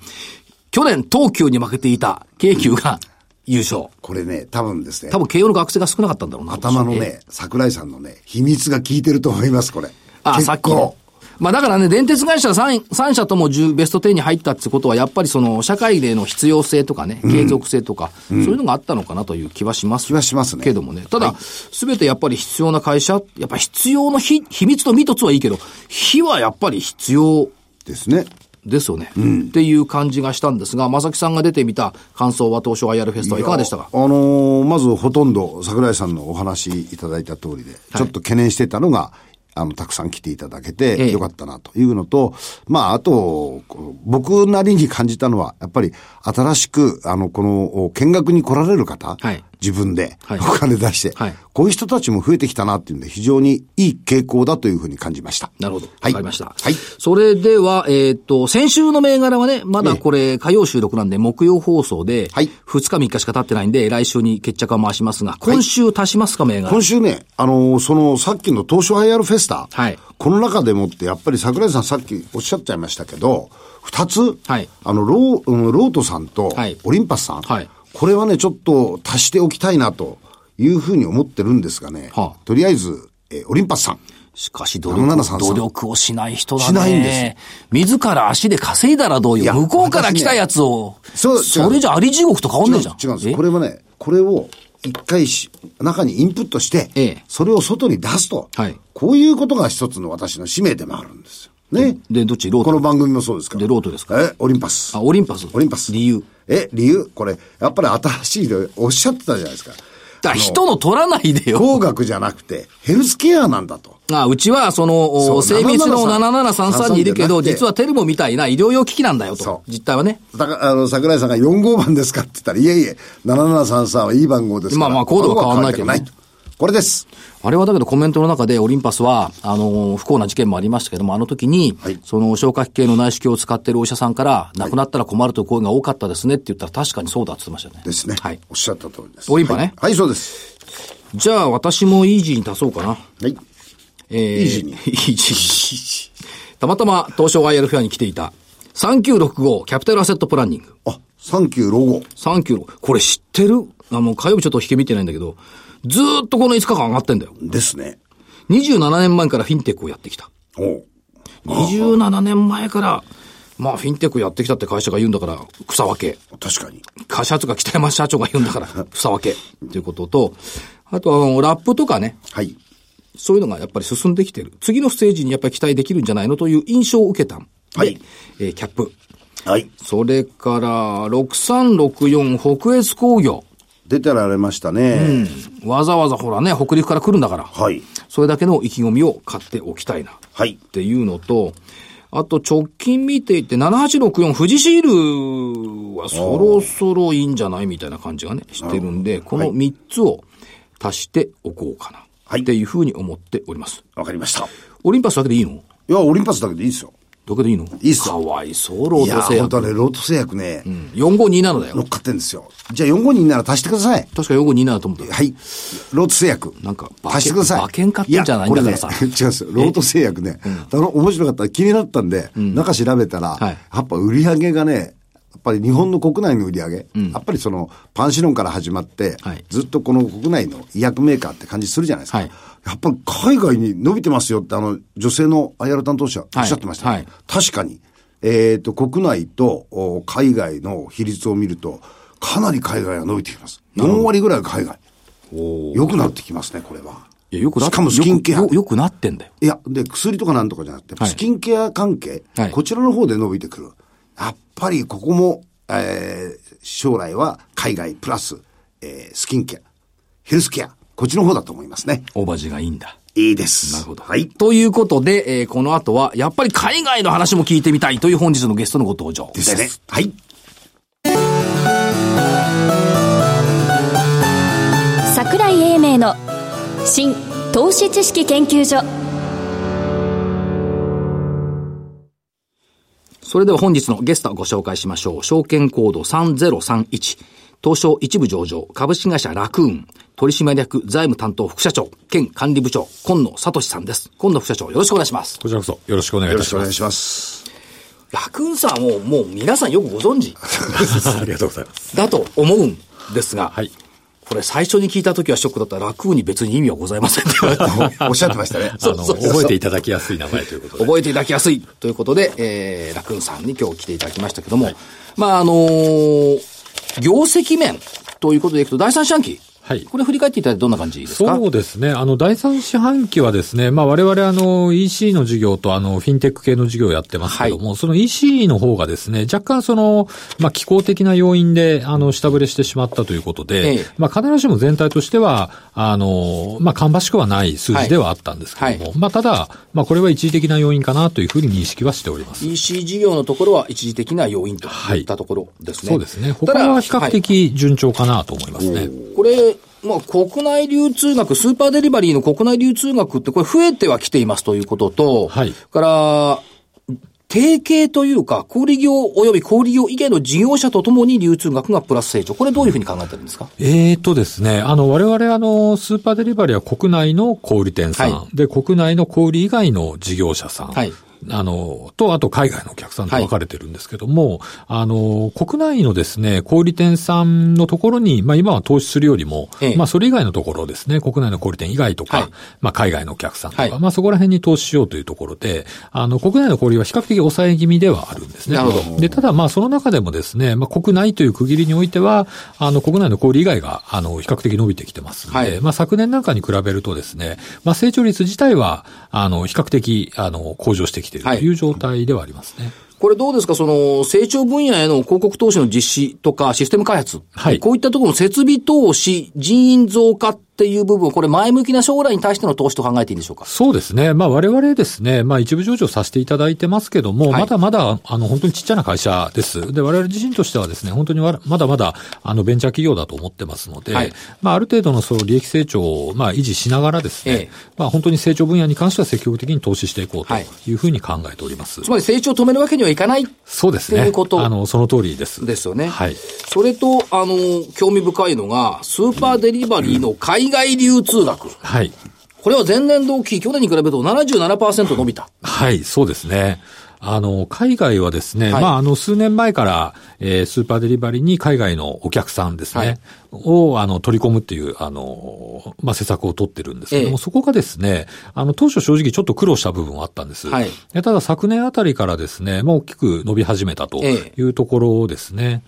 Speaker 1: 去年東急に負けていた京急が優勝。
Speaker 3: これね、多分ですね
Speaker 1: 多。分慶応の学生が少なかったんだろうな。
Speaker 3: 頭のね、桜井さんのね、秘密が効いてると思います、これ。
Speaker 1: あ、
Speaker 3: 結
Speaker 1: さ
Speaker 3: 構
Speaker 1: っきの。まあだからね、電鉄会社 3, 三社とも10ベスト10に入ったってことは、やっぱりその社会での必要性とかね、継続性とか、そういうのがあったのかなという気はします。
Speaker 3: 気はしますね
Speaker 1: けどもね。ただ、すべ、てやっぱり必要な会社、やっぱ必要の秘秘密の密とつはいいけど、非はやっぱり必要
Speaker 3: ですね。
Speaker 1: ですよね。っていう感じがしたんですが、正木さんが出てみた感想は東証 IR フェストはいかがでしたか
Speaker 3: あのーまずほとんど桜井さんのお話いただいた通りで、ちょっと懸念してたのが、あの、たくさん来ていただけ
Speaker 1: ええ
Speaker 3: て、よかったなというのと、まあ、あと、こう僕なりに感じたのは、やっぱり、新しく、あの、この、お見学に来られる方、
Speaker 1: はい
Speaker 3: 自分で、
Speaker 1: はい
Speaker 3: お金出して、
Speaker 1: はい
Speaker 3: こういう人たちも増えてきたなっていうんで、非常にいい傾向だというふうに感じました。
Speaker 1: なるほど。わか
Speaker 3: はい
Speaker 1: りました。
Speaker 3: はい
Speaker 1: それでは、えーっ、と、先週の銘柄はね、まだこれ、火曜収録なんで、木曜放送で、
Speaker 3: はい
Speaker 1: 2日3日しか経ってないんで、来週に決着は回しますが、今週足しますか、銘柄。
Speaker 3: 今週ね、あのーその、さっきの東証 IR フェスタ。
Speaker 1: はい
Speaker 3: この中でもって、やっぱり桜井さんさっきおっしゃっちゃいましたけど、二つ。
Speaker 1: はい
Speaker 3: あの、ロー、うん、ロートさんと
Speaker 1: はい、
Speaker 3: オリンパスさん。
Speaker 1: はい
Speaker 3: これはね、ちょっと足しておきたいなというふうに思ってるんですがね。
Speaker 1: はあ
Speaker 3: とりあえず、えーオリンパスさん。
Speaker 1: しかし努
Speaker 3: 7733
Speaker 1: 力、努力をしない人だね。
Speaker 3: しないんで
Speaker 1: 自ら足で稼いだらどうよ。
Speaker 3: いや
Speaker 1: 向こうから
Speaker 3: 私ね
Speaker 1: 来たやつを、
Speaker 3: そう
Speaker 1: それじゃあり地獄と変わんないじゃん。
Speaker 3: 違うんです。
Speaker 1: え
Speaker 3: これはね、これを一回し、中にインプットして、
Speaker 1: ええ
Speaker 3: それを外に出すと。
Speaker 1: はい
Speaker 3: こういうことが一つの私の使命でもあるんですよ。ね。
Speaker 1: で、どっちロー
Speaker 3: この
Speaker 1: ト
Speaker 3: 番組もそうですから。
Speaker 1: でロートですか
Speaker 3: え、オリンパス。
Speaker 1: あ、オリンパス。
Speaker 3: オリンパス。
Speaker 1: 理由。。
Speaker 3: え、理由これ、やっぱり新しいでおっしゃってたじゃないですか。
Speaker 1: だから人の取らないでよ。
Speaker 3: 工学じゃなくて、ヘルスケアなんだと。
Speaker 1: ああうちは、その、お
Speaker 3: そう
Speaker 1: 精密の
Speaker 3: 7733
Speaker 1: 7733にいるけど、
Speaker 3: じゃなくて
Speaker 1: 実はテルモみたいな医療用機器なんだよと
Speaker 3: そ。う
Speaker 1: 実態はね。
Speaker 3: だから、あの、桜井さんが4号番ですかって言ったら、いえいえ、7733はいい番号ですから。
Speaker 1: まあまあコードは変わんないけどね
Speaker 3: コードは変わりたくないとこれです。
Speaker 1: あれはだけどコメントの中で、オリンパスは、あの、不幸な事件もありましたけども、あの時に、
Speaker 3: はい
Speaker 1: その消化器系の内視鏡を使ってるお医者さんから、亡くなったら困るという声が多かったですねって言ったら、確かにそうだって言ってましたね。
Speaker 3: ですね。
Speaker 1: はい。
Speaker 3: おっしゃった通りです。
Speaker 1: オリンパね
Speaker 3: はい、はいそうです。
Speaker 1: じゃあ、私もイージーに足そうかな。
Speaker 3: はい。
Speaker 1: えー、
Speaker 3: イージーに
Speaker 1: イージーに。たまたま、東証 IR フェアに来ていた、3965キャピタルアセットプランニング。
Speaker 3: あ、サンキューロゴ。
Speaker 1: 3キロ。これ知ってるあの、火曜日ちょっと引け見てないんだけど、ずーっとこの5日間上がってんだよ。
Speaker 3: ですね。
Speaker 1: 27年前からフィンテックをやってきた。
Speaker 3: おう
Speaker 1: 27年前から、まあ、フィンテックやってきたって会社が言うんだから、草分け。
Speaker 3: 確かに。
Speaker 1: 会社とか北山社長が言うんだ から、草分け。ということと、あと、あの、ラップとかね、
Speaker 3: はい。
Speaker 1: そういうのがやっぱり進んできてる。次のステージにやっぱり期待できるんじゃないのという印象を受けた。
Speaker 3: はい。
Speaker 1: えーキャップ。
Speaker 3: はい。
Speaker 1: それから、6364北越工業。
Speaker 3: 出てられましたね。
Speaker 1: わざわざほらね、北陸から来るんだから。
Speaker 3: はい。
Speaker 1: それだけの意気込みを買っておきたいな。っ
Speaker 3: はい。
Speaker 1: ていうのと、あと直近見ていて、7864富士シールはそろそろいいんじゃないみたいな感じがね、してるんで、この3つを足しておこうかな。
Speaker 3: はい
Speaker 1: っていうふうに思っております。
Speaker 3: わかりました。
Speaker 1: オリンパスだけでいいの
Speaker 3: いや、オリンパスだけでいいですよ。
Speaker 1: だけでいいの
Speaker 3: いいっす
Speaker 1: か
Speaker 3: よ
Speaker 1: わいそう、ロー
Speaker 3: い
Speaker 1: ド
Speaker 3: や、
Speaker 1: 製
Speaker 3: 本当は
Speaker 1: 薬。
Speaker 3: ね、ロート製薬ね、
Speaker 1: うん4527だ
Speaker 3: 乗
Speaker 1: よ。
Speaker 3: っかってんですよ。じゃあ452なら足してください。
Speaker 1: 確か4527だと思った。
Speaker 3: はい。ロート製薬。
Speaker 1: なんか馬券
Speaker 3: 貸してください。
Speaker 1: 馬券買ってんじゃないんだからさ
Speaker 3: やこれね違うんですよ。ロート製薬ね。あの、面白かった。気になったんで、中調べたら、
Speaker 1: はい
Speaker 3: やっぱ売り上げがね、やっぱり日本の国内の売り上げ、やっぱりその、パンシロンから始まって、
Speaker 1: はい
Speaker 3: ずっとこの国内の医薬メーカーって感じするじゃないですか。
Speaker 1: はい
Speaker 3: やっぱり海外に伸びてますよって、あの、女性の IR 担当者おっしゃってましたね、
Speaker 1: はいはい
Speaker 3: 確かに、えっ、と、国内とお海外の比率を見ると、かなり海外が伸びてきます。4割ぐらいが海外。良くなってきますね、これは。
Speaker 1: いや、よくなっ
Speaker 3: しかもスキンケア
Speaker 1: よくよよくなってんだよ。
Speaker 3: いや、で、薬とかなんとかじゃなくて、
Speaker 1: はい
Speaker 3: スキンケア関係、
Speaker 1: はい
Speaker 3: こちらの方で伸びてくる。やっぱりここも、えー将来は海外プラス、えースキンケア、ヘルスケア、こっちの方だと思いますね。
Speaker 1: オーバジがいいんだ。
Speaker 3: いいです。
Speaker 1: なるほど。
Speaker 3: はい。
Speaker 1: ということで、えーこの後は、やっぱり海外の話も聞いてみたいという本日のゲストのご登場で。
Speaker 3: ですすね。はい。
Speaker 2: 桜井英明の新投資知識研究所
Speaker 1: それでは本日のゲストをご紹介しましょう。証券コード3031、東証一部上場、株式会社ラクーン、取締役財務担当副社長、兼管理部長、今野聡さんです。今野副社長、よろしくお願いします。
Speaker 4: こちらこそよろしくお願い
Speaker 3: よ
Speaker 4: い
Speaker 3: ろ
Speaker 4: た
Speaker 3: し
Speaker 4: し
Speaker 3: くお
Speaker 4: ま
Speaker 3: 願い
Speaker 4: す。
Speaker 3: します。
Speaker 1: ラクーンさんをもう皆さんよくご存 知
Speaker 4: ありがとうございます。
Speaker 1: だと思うんですが、
Speaker 4: はい。
Speaker 1: これ最初に聞いた時はショックだったら、ラクーンに別に意味はございませんって言われた。
Speaker 3: おっしゃってましたね。
Speaker 4: あの、覚えていただきやすい名前ということで。
Speaker 1: 覚えていただきやすいということで、えー、楽雲さんに今日来ていただきましたけども、まあ、あのー業績面ということでいくと、第三四半期。
Speaker 4: はい
Speaker 1: これ振り返っていただいてどんな感じですか
Speaker 4: そうですね。あの、第三四半期はですね、まあ、我々、あの、EC の事業と、あの、フィンテック系の事業をやってますけども、その EC の方がですね、若干、その、まあ、気候的な要因で、あの、下振れしてしまったということで、
Speaker 1: ええ
Speaker 4: まあ、必ずしも全体としては、あの、まあ、芳しくはない数字ではあったんですけども、
Speaker 1: はい
Speaker 4: まあ、ただ、まあ、これは一時的な要因かなというふうに認識はしております。
Speaker 1: EC 事業のところは一時的な要因と
Speaker 4: はいい
Speaker 1: ったところですね。
Speaker 4: そうですね。
Speaker 1: た
Speaker 4: 他
Speaker 1: だ
Speaker 4: は比較、的順調かなと思いますね。
Speaker 1: はいこれ、まあ、国内流通額、スーパーデリバリーの国内流通額ってこれ増えてはきていますということと、
Speaker 4: はい
Speaker 1: それから、提携というか、小売業及び小売業以外の事業者とともに流通額がプラス成長。これどういうふうに考えてるんですか
Speaker 4: えーとですね、あの、我々、あの、スーパーデリバリーは国内の小売店さん、
Speaker 1: は
Speaker 4: で、国内の小売以外の事業者さん、
Speaker 1: はい
Speaker 4: あの、と、あと海外のお客さんと分かれてるんですけども、あの、国内のですね、小売店さんのところに、まあ今は投資するよりも、
Speaker 1: ええ
Speaker 4: まあそれ以外のところですね、国内の小売店以外とか、
Speaker 1: はい
Speaker 4: まあ海外のお客さんとか、
Speaker 1: はい
Speaker 4: まあそこら辺に投資しようというところで、あの、国内の小売は比較的抑え気味ではあるんですね。
Speaker 1: なるほど
Speaker 4: で、ただまあその中でもですね、まあ国内という区切りにおいては、あの、国内の小売以外が、あの、比較的伸びてきてますので、
Speaker 1: はい
Speaker 4: まあ昨年なんかに比べるとですね、まあ成長率自体は、あの、比較的、あの、向上してきていると
Speaker 1: はい
Speaker 4: いう状態ではありますね。
Speaker 1: これどうですかその、成長分野への広告投資の実施とか、システム開発。
Speaker 4: はい
Speaker 1: こういったところの設備投資、人員増加っていう部分、これ前向きな将来に対しての投資と考えていいんでしょうか
Speaker 4: そうですね。まあ我々ですね、まあ一部上場させていただいてますけども、
Speaker 1: はい
Speaker 4: まだまだ、あの、本当にちっちゃな会社です。で、我々自身としてはですね、本当にわまだまだ、あの、ベンチャー企業だと思ってますので、
Speaker 1: はい
Speaker 4: まあある程度のその利益成長を、まあ維持しながらですね、
Speaker 1: ええ
Speaker 4: まあ本当に成長分野に関しては積極的に投資していこうと
Speaker 1: はい
Speaker 4: いうふうに考えております。
Speaker 1: つまり成長を止めるわけにはいかない
Speaker 4: そうです
Speaker 1: とい
Speaker 4: ね
Speaker 1: うこと。
Speaker 4: あの、その通りです。
Speaker 1: ですよね。
Speaker 4: はい。
Speaker 1: それと、あの、興味深いのが、スーパーデリバリーの海外流通額。
Speaker 4: はい。
Speaker 1: これは前年同期、去年に比べると77%伸びた。
Speaker 4: はい、そうですね。あの、海外はですね、
Speaker 1: はい
Speaker 4: まあ、あの、数年前から、えースーパーデリバリーに海外のお客さんですね、を、あの、取り込むっていう、あの、まあ、施策を取ってるんですけども、
Speaker 1: ええ
Speaker 4: そこがですね、あの、当初正直ちょっと苦労した部分はあったんです。
Speaker 1: はい
Speaker 4: でただ、昨年あたりからですね、まあ、大きく伸び始めたと
Speaker 1: ええ
Speaker 4: いうところですね。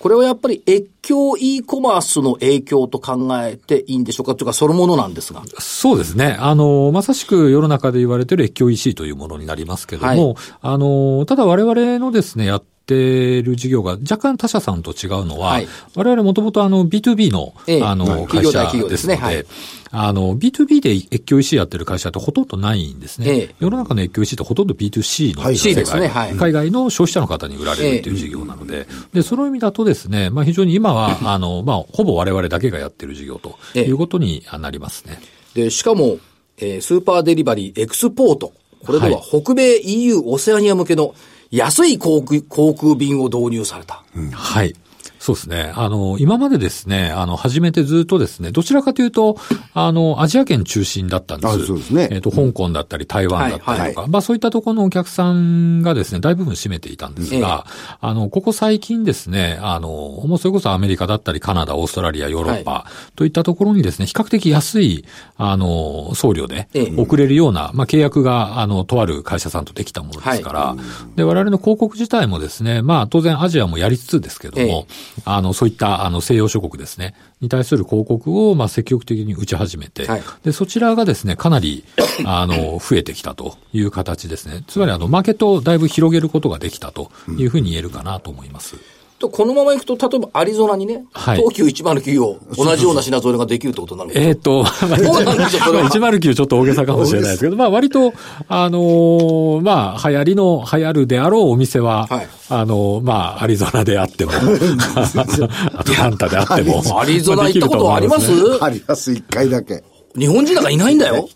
Speaker 1: これはやっぱり越境 e コマースの影響と考えていいんでしょうかというか、そのものなんですが。
Speaker 4: そうですね。あの、まさしく世の中で言われてる越境 EC というものになりますけども、あの、ただ我々のですね、やってる事業が若干他社さんと違うのは、
Speaker 1: はい
Speaker 4: 我々もともとあの B2B の、
Speaker 1: ええ
Speaker 4: あ
Speaker 1: はい
Speaker 4: の、会
Speaker 1: 企業対
Speaker 4: 社
Speaker 1: 企業で
Speaker 4: ですす
Speaker 1: ね
Speaker 4: ので、
Speaker 1: はい
Speaker 4: あの、B2B で越境 EC やってる会社ってほとんどないんですね。
Speaker 1: ええ
Speaker 4: 世の中の越境 EC ってほとんど B2C の
Speaker 3: はい
Speaker 1: C
Speaker 4: 世界
Speaker 1: ですねはい
Speaker 4: 海外の消費者の方に売られるっていう事業なので、で、その意味だとですね、まあ非常に今は、あの、まあほぼ我々だけがやってる事業と
Speaker 1: ええ
Speaker 4: いうことになりますね。
Speaker 1: で、しかも、えースーパーデリバリーエクスポート。これでは
Speaker 4: は
Speaker 1: 北米 EU オセアニア向けの安い航空航空便を導入された。
Speaker 4: はい。そうですね。あの、今までですね、あの、初めてずっとですね、どちらかというと、あの、アジア圏中心だったんで
Speaker 3: あ
Speaker 4: す。
Speaker 3: そうですね
Speaker 4: えっ、と、香港だったり、台湾だったりとか、
Speaker 1: はいは
Speaker 4: まあそういったところのお客さんがですね、大部分占めていたんですが、あの、ここ最近ですね、あの、もうそれこそアメリカだったり、カナダ、オーストラリア、ヨーロッパ、といったところにですね、比較的安い、あの、送料で
Speaker 1: ええ
Speaker 4: 送れるような、まあ契約が、あの、とある会社さんとできたものですから、で、我々の広告自体もですね、まあ当然アジアもやりつつですけども、あの、そういったあの西洋諸国ですね、に対する広告をまあ積極的に打ち始めて、
Speaker 1: はい
Speaker 4: で、そちらがですね、かなり、あの、増えてきたという形ですね。つまりあの、マーケットをだいぶ広げることができたというふうに言えるかなと思います。
Speaker 1: とこのままいくと、例えばアリゾナにね、
Speaker 4: はい
Speaker 1: 東急109を同じような品揃えができるってことになるんです
Speaker 4: えっ、 と、
Speaker 1: そうなんですよ それは
Speaker 4: 109ちょっと大げさかもしれないですけど、まあ割と、あのーまあ流行りの、流行るであろうお店は、
Speaker 1: はい
Speaker 4: あのーまあアリゾナであっ ても、アトランタであっても。
Speaker 1: アリゾナ行ったことあります
Speaker 4: まあできると思い
Speaker 3: あります、一回だ け。
Speaker 1: 日本人なんかいないんだよ。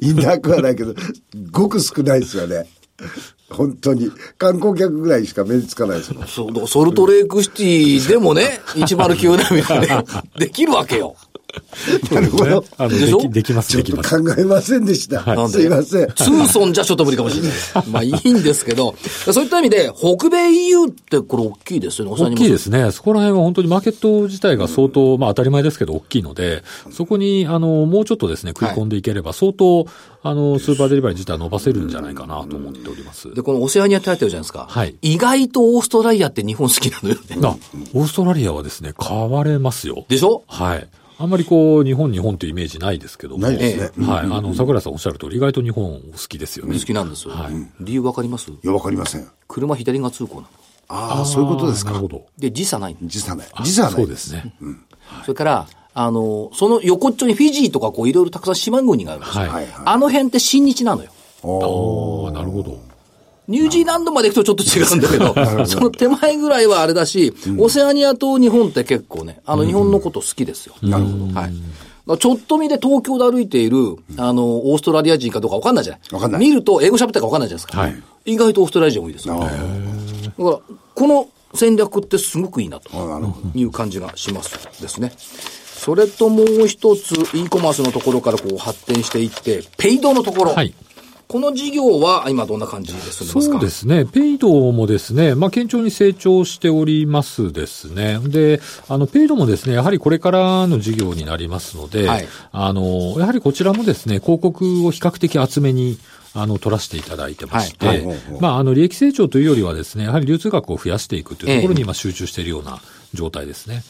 Speaker 3: いなくはないけど、ごく少ないですよね。本当に。観光客ぐらいしか目につかないですもん。
Speaker 1: そうだソルトレークシティでも ね、109だみた いなね、できるわけよ。
Speaker 3: なるほど。
Speaker 4: あの
Speaker 1: でしょ
Speaker 4: できできます、
Speaker 3: ちょ
Speaker 4: で
Speaker 3: っ
Speaker 4: き
Speaker 3: と
Speaker 4: ます。
Speaker 3: 考えませんでした。
Speaker 1: なんです
Speaker 3: いません。
Speaker 1: ツーソンじゃちょっと無理かもしれ ない。まあいいんですけど、そういった意味で、北米 EU ってこれ大きいですよね、。
Speaker 4: 大きいですすね。そこら辺は本当にマーケット自体が相当、まあ当たり前ですけど大きいので、そこに、あの、もうちょっとですね、食い込んでいければ、相当、あの、スーパーデリバリー自体は伸ばせるんじゃないかなと思っております。
Speaker 1: で、このオセアニアって入ってるじゃないですか。
Speaker 4: はい
Speaker 1: 意外とオーストラリアって日本好きなのよね。
Speaker 4: あ、オーストラリアはですね、買われますよ。
Speaker 1: でしょ
Speaker 4: はい。あんまりこう、日本、日本というイメージないですけども。
Speaker 3: ないですね。
Speaker 1: え
Speaker 4: はい。あの、桜井さんおっしゃる通り、意外と日本お好きですよ
Speaker 1: 好
Speaker 4: ね。
Speaker 1: きなんですよ。
Speaker 4: はい
Speaker 1: 理由わかります
Speaker 3: いや、わかりません。
Speaker 1: 車左が通行なの。
Speaker 3: ああ、そういうことです
Speaker 4: な
Speaker 3: か
Speaker 4: る。ほど。
Speaker 1: で、時差ないの。
Speaker 3: 時差ない。時差ない。
Speaker 4: そうで。すね。
Speaker 1: それから、あの、その横っちょにフィジーとかこういろいろたくさん島国があるんですよ。
Speaker 4: はい。
Speaker 3: はい
Speaker 4: あ
Speaker 1: あの辺って親日なのよ。
Speaker 4: あ、なるほど。
Speaker 1: ニュージーランドまで行くとちょっと違うんだけど、その手前ぐらいはあれだし、オセアニアと日本って結構ね、あの日本のこと好きですよ。なるほど。はい。だからちょっと見で東京で歩いている、あの、オーストラリア人かどうかわかんないじゃない
Speaker 3: わかんない
Speaker 1: 見ると英語喋ってるかわかんないじゃないですか。
Speaker 4: はい
Speaker 1: 意外とオーストラリア人多いですよ。
Speaker 3: あ
Speaker 1: だか
Speaker 3: ー
Speaker 1: ら、この戦略ってすごくいいなと。
Speaker 3: あー、なるほど。
Speaker 1: いう感じがしますですね。それともう一つ、e コマースのところからこう発展していって、ペイドのところ。
Speaker 4: はい
Speaker 1: この事業は今どんな感じで進んでますか
Speaker 4: そうですね。ペイドもですね、まあ、堅調に成長しておりますですね。で、あの、ペイドもですね、やはりこれからの事業になりますので、
Speaker 1: はい
Speaker 4: あの、やはりこちらもですね、広告を比較的厚めに、あの、取らせていただいてまして、
Speaker 1: はい
Speaker 3: はい
Speaker 4: まあ、あの、利益成長というよりはですね、やはり流通額を増やしていくというところ
Speaker 1: え
Speaker 4: に今集中しているような状態ですね。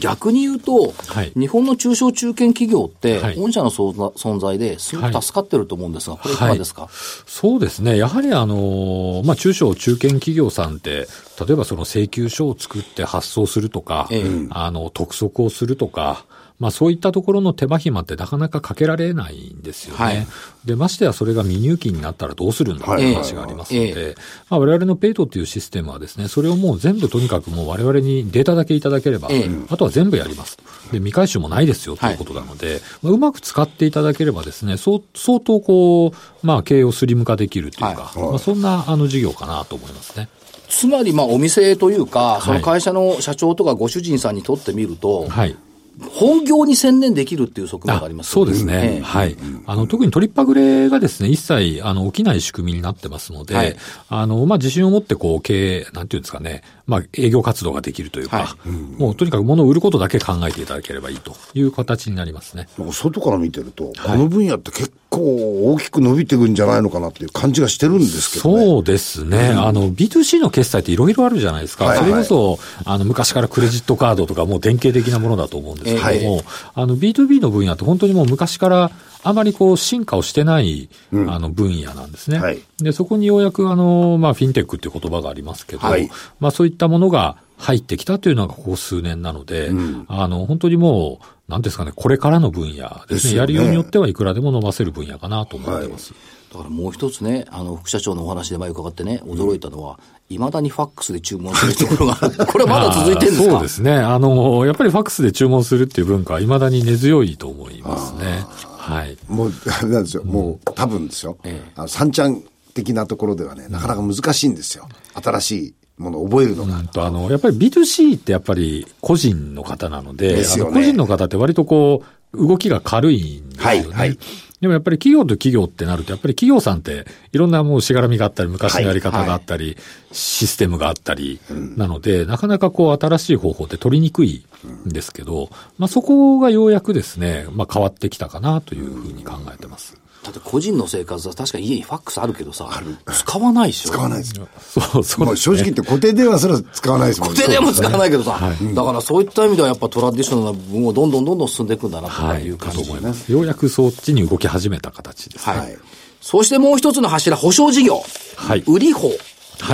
Speaker 1: 逆に言うと、
Speaker 4: はい
Speaker 1: 日本の中小中堅企業って、
Speaker 4: はい
Speaker 1: 御社の存在存在ですごく助かってると思うんですが、これいかがですか、
Speaker 4: そうですね。やはりあの、まあ、中小中堅企業さんって、例えばその請求書を作って発送するとか、
Speaker 1: ええ
Speaker 4: あの、督促をするとか、まあそういったところの手間暇ってなかなかかけられないんですよね。
Speaker 1: はい
Speaker 4: で、ましてやそれが未入金になったらどうするんだって
Speaker 3: はい
Speaker 4: 話がありますので、
Speaker 1: え
Speaker 4: まあ我々のペイトっていうシステムはですね、それをもう全部とにかくもう我々にデータだけいただければ、
Speaker 1: ええ
Speaker 4: あとは全部やりますと。で、未回収もないですよということなので、まあうまく使っていただければですね、そう相当こう、まあ経営をスリム化できるというか、
Speaker 1: はい
Speaker 4: まあそんなあの事業かなと思いますね。
Speaker 1: つまり、まあ、お店というか、
Speaker 4: い
Speaker 1: その会社の社長とかご主人さんにとってみると、
Speaker 4: はい。
Speaker 1: 本業に専念できるっていう側面があります
Speaker 4: そ
Speaker 1: よ
Speaker 4: うですね。
Speaker 1: ええ
Speaker 4: はい。あの、特にトリッパグレがですね、一切、あの、起きない仕組みになってますので、
Speaker 1: はい
Speaker 4: あの、まあ、自信を持って、こう、経営、なんていうんですかね、まあ、営業活動ができるというか、
Speaker 1: はい
Speaker 4: もう、とにかく物を売ることだけ考えていただければいいという形になりますね。
Speaker 3: なんか外から見てると、この分野って結構大きく伸びていくんじゃないのかなっていう感じがしてるんですけどね。
Speaker 4: そうですね。あの、B2C の決済っていろいろあるじゃないですか。
Speaker 3: はいはい
Speaker 4: それこそ、あの、昔からクレジットカードとかもう典型的なものだと思うんですけども、あの、B2B の分野って本当にもう昔からあまりこう進化をしてない、あの、分野なんですね。
Speaker 3: はい
Speaker 4: で、そこにようやくあの、まあ、フィンテックっていう言葉がありますけど、
Speaker 3: はい
Speaker 4: まあ、そういったものが入ってきたというのがここ数年なので、あの、本当にもう、なんですかね、これからの分野ですね。
Speaker 3: ですよね
Speaker 4: やりようによってはいくらでも伸ばせる分野かなと思ってます。
Speaker 1: だからもう一つね、あの、副社長のお話で前伺ってね、驚いたのは、いまだにファックスで注文するところがある。これまだ続いてるんです
Speaker 4: あー
Speaker 1: か
Speaker 4: そうですね。あの、やっぱりファックスで注文するっていう文化は未だに根強いと思いますね。はい。
Speaker 3: もう、あれなんですよ。もう、多分ですよ。あの、三ちゃん的なところではね、なかなか難しいんですよ。新しいものを覚えるのが。
Speaker 4: うんと、あの、やっぱり B2C ってやっぱり個人の方なので、
Speaker 3: ですよね
Speaker 4: あの個人の方って割とこう、動きが軽いんですよね。
Speaker 3: はいはい
Speaker 4: でもやっぱり企業と企業ってなると、やっぱり企業さんっていろんなもうしがらみがあったり、昔のやり方があったり、システムがあったり、なので、なかなかこう新しい方法って取りにくいんですけど、まあそこがようやくですね、まあ変わってきたかなというふうに考えてます。
Speaker 1: だって個人の生活は確かに家にファックスあるけどさ、使わないでしょ。
Speaker 3: 使わないですよ。
Speaker 4: そう、そう
Speaker 3: もう
Speaker 4: です
Speaker 3: 正直言って固定電話すら使わないですもん
Speaker 1: 固定電話使わないけどさ、だからそういった意味ではやっぱトラディショナルな部分をどんどんどんどん進んでいくんだな
Speaker 4: は
Speaker 1: とい
Speaker 4: い、
Speaker 1: う
Speaker 4: か
Speaker 1: 感
Speaker 4: と
Speaker 1: じ
Speaker 4: 思います。ようやくそっちに動き始めた形です。
Speaker 1: はい。
Speaker 3: はい
Speaker 1: そしてもう一つの柱、保証事業。
Speaker 4: はい
Speaker 1: 売り法。